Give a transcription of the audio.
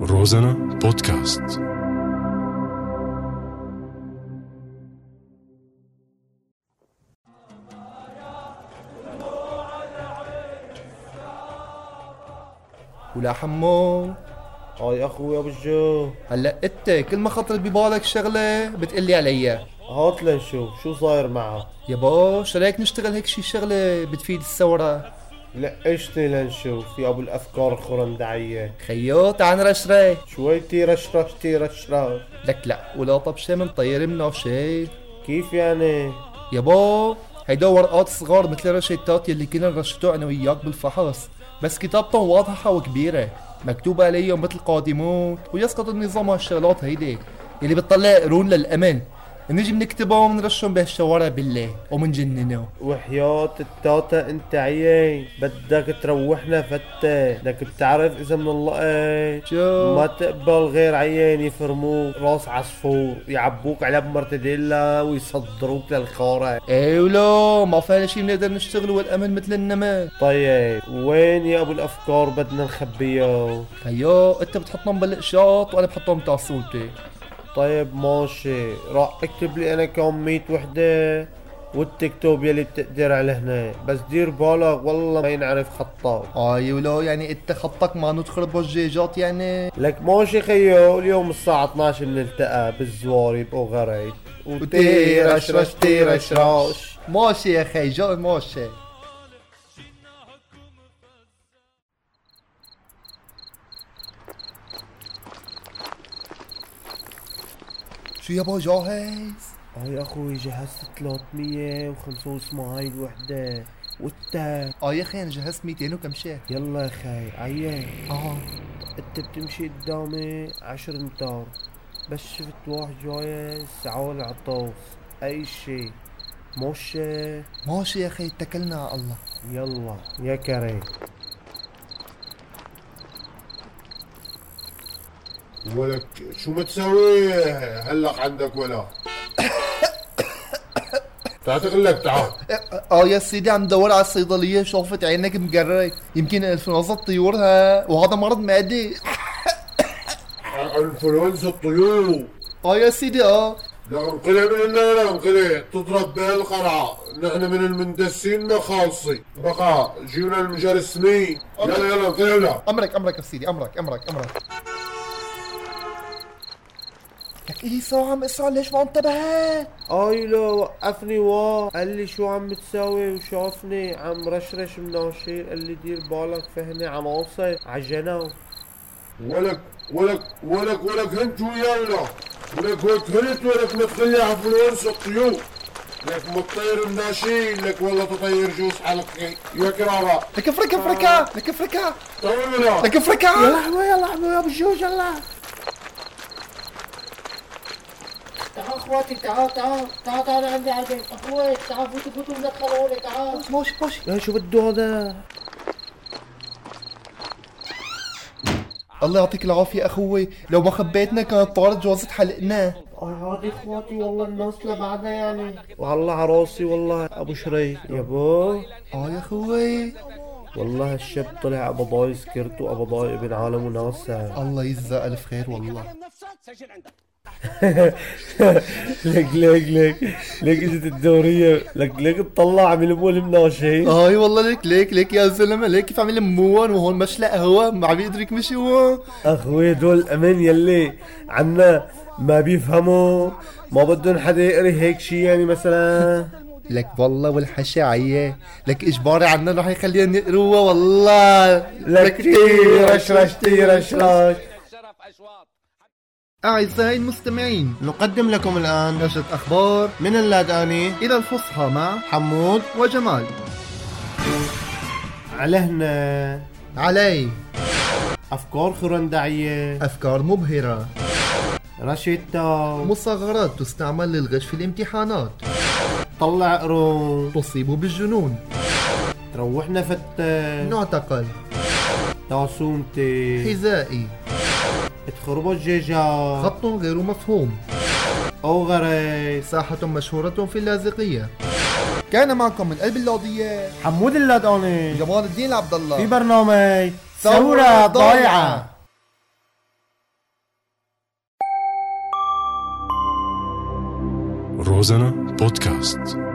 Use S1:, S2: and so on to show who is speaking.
S1: روزانا بودكاست
S2: ولا حمو
S3: هاي اخوي ابو الجو
S2: هلا انت كل ما خطرت ببالك شغله بتقلي عليا
S3: هات لنشوف شو صاير معه
S2: يابا شو رايك نشتغل هيك شي شغله بتفيد الثوره
S3: لقشتني لنشوف يا ابو الافكار الخرندعيه
S2: خيو تعال نرشري
S3: شوي تيرش رش تيرش رش
S2: لك لا ولا طبشه من طير من شيء
S3: كيف يعني
S2: يابا هيدا ورقات صغار مثل رشيتات يلي كنا نرشتو انا وياك بالفحص بس كتابتهم واضحه وكبيره مكتوب عليهم مثل قادمون ويسقط النظام هالشغلات هيدي يلي بتطلع قرون للامن نجي بنكتبهم ونرشهم بهالشوارع بالله ومنجننهم
S3: وحياة التاتا انت عيي بدك تروحنا فتة بدك بتعرف اذا من اللقيت
S2: شو؟
S3: ما تقبل غير عيان يفرموك راس عصفور يعبوك على بمرتديلا ويصدروك للخارع
S2: ايه ولا ما فينا شي بنقدر نشتغل والامن مثل النمل
S3: طيب وين يا ابو الافكار بدنا نخبيه
S2: هيو انت بتحطهم بالقشاط وانا بحطهم تاع صوتي
S3: طيب ماشي راح اكتب لي انا كم 100 وحدة والتكتوب يلي بتقدر على هنا بس دير بالك والله ما ينعرف خطاك
S2: اي ولو يعني انت خطك مع ندخل بالجيجات يعني
S3: لك ماشي خيو اليوم الساعة 12 بنلتقى بالزواري بأوغريت وتيرش رش تيرش رش
S2: ماشي يا اخي جاي ماشي شو يابا جاهز؟
S3: هاي اخوي جهزت 375 وحدة والتا
S2: اه يا اخي انا جهزت 200 وكم شيء
S3: يلا يا خي عيان
S2: اه
S3: انت بتمشي قدامي عشر امتار بس شفت واحد جاي سعول عطوف اي شي مش
S2: ماشي يا اخي اتكلنا على الله
S3: يلا يا كريم
S4: ولك شو بتسوي هلق عندك ولا تعتقل لك تعال
S2: اه يا سيدي عم دور على الصيدليه شوفت عينك مقرره يمكن انفلونزا طيورها وهذا مرض معدي
S4: انفلونزا الطيور
S2: اه يا سيدي اه
S4: لا انقلع من هنا لا انقلع تضرب بها القرعة نحن من المندسين ما خالصي بقى جيونا المجرسمين يلا يلا انقلع لا
S2: امرك امرك يا سيدي امرك امرك امرك لك الي ساعة عم اسرع ليش ما انتبهت؟
S3: اي لا وقفني وا قال لي شو عم بتساوي وشافني عم رشرش مناشير قال لي دير بالك فهني عناصر عجنة
S4: ولك ولك ولك ولك هنت ويلا ولك ولك هنت ولك ما تخلع انفلونزا الطيور لك مطير مناشين لك والله تطير جوز حلقي يا كرامة
S2: لك افركها افركها لك افركها
S4: طيب لا
S2: لك افركها
S3: لحمة يا لحمة يا ابو الجوج يلا
S5: تعال اخواتي تعال تعال تعال تعال عندي عندي اخوي تعال فوتوا فوتوا من دخلوني تعال
S2: ماشي ماشي
S3: يا شو بده هذا
S2: الله يعطيك العافية اخوي لو ما خبيتنا كانت طارت جوازة حلقنا
S3: هادي اخواتي والله الناس لبعضها يعني والله عراسي والله ابو شري يابو
S2: اه يا اخوي
S3: والله الشاب طلع ابضاي سكرت وابضاي ابن عالم وناسها
S2: الله يجزاه الف خير والله
S3: لك لك لك لك اجت الدورية لك لك تطلع من المول مناشي
S2: اي آه، أيوة والله ليك ليك ليك يا زلمه ليك كيف عم يلمون وهون مشلق هوا ما عم يقدر يمشي هو
S3: اخوي دول الامان يلي عنا ما بيفهموا ما بدهم حدا يقري هيك شي يعني مثلا
S2: لك والله والحشا عياه لك اجباري عنا رح يخليهم يقروها والله
S3: لك تيرش رش تيرش رش
S2: اعزائي المستمعين
S3: نقدم لكم الان
S2: نشرة اخبار
S3: من اللاداني
S2: الى الفصحى مع
S3: حمود
S2: وجمال
S3: على هنا
S2: علي
S3: افكار خرندعيه
S2: افكار مبهره
S3: رشيتا
S2: مصغرات تستعمل للغش في الامتحانات
S3: طلع قرون
S2: تصيب بالجنون
S3: تروحنا فتة
S2: نعتقل
S3: تعصومتي
S2: حذائي
S3: تخربوا الجيجا
S2: خط غير مفهوم
S3: او غريس
S2: ساحة مشهورة في اللاذقية كان معكم من قلب اللوضية
S3: حمود اللاداني
S2: جمال الدين عبد الله
S3: في برنامج
S2: ثورة ضايعة.
S1: Розана подкаст.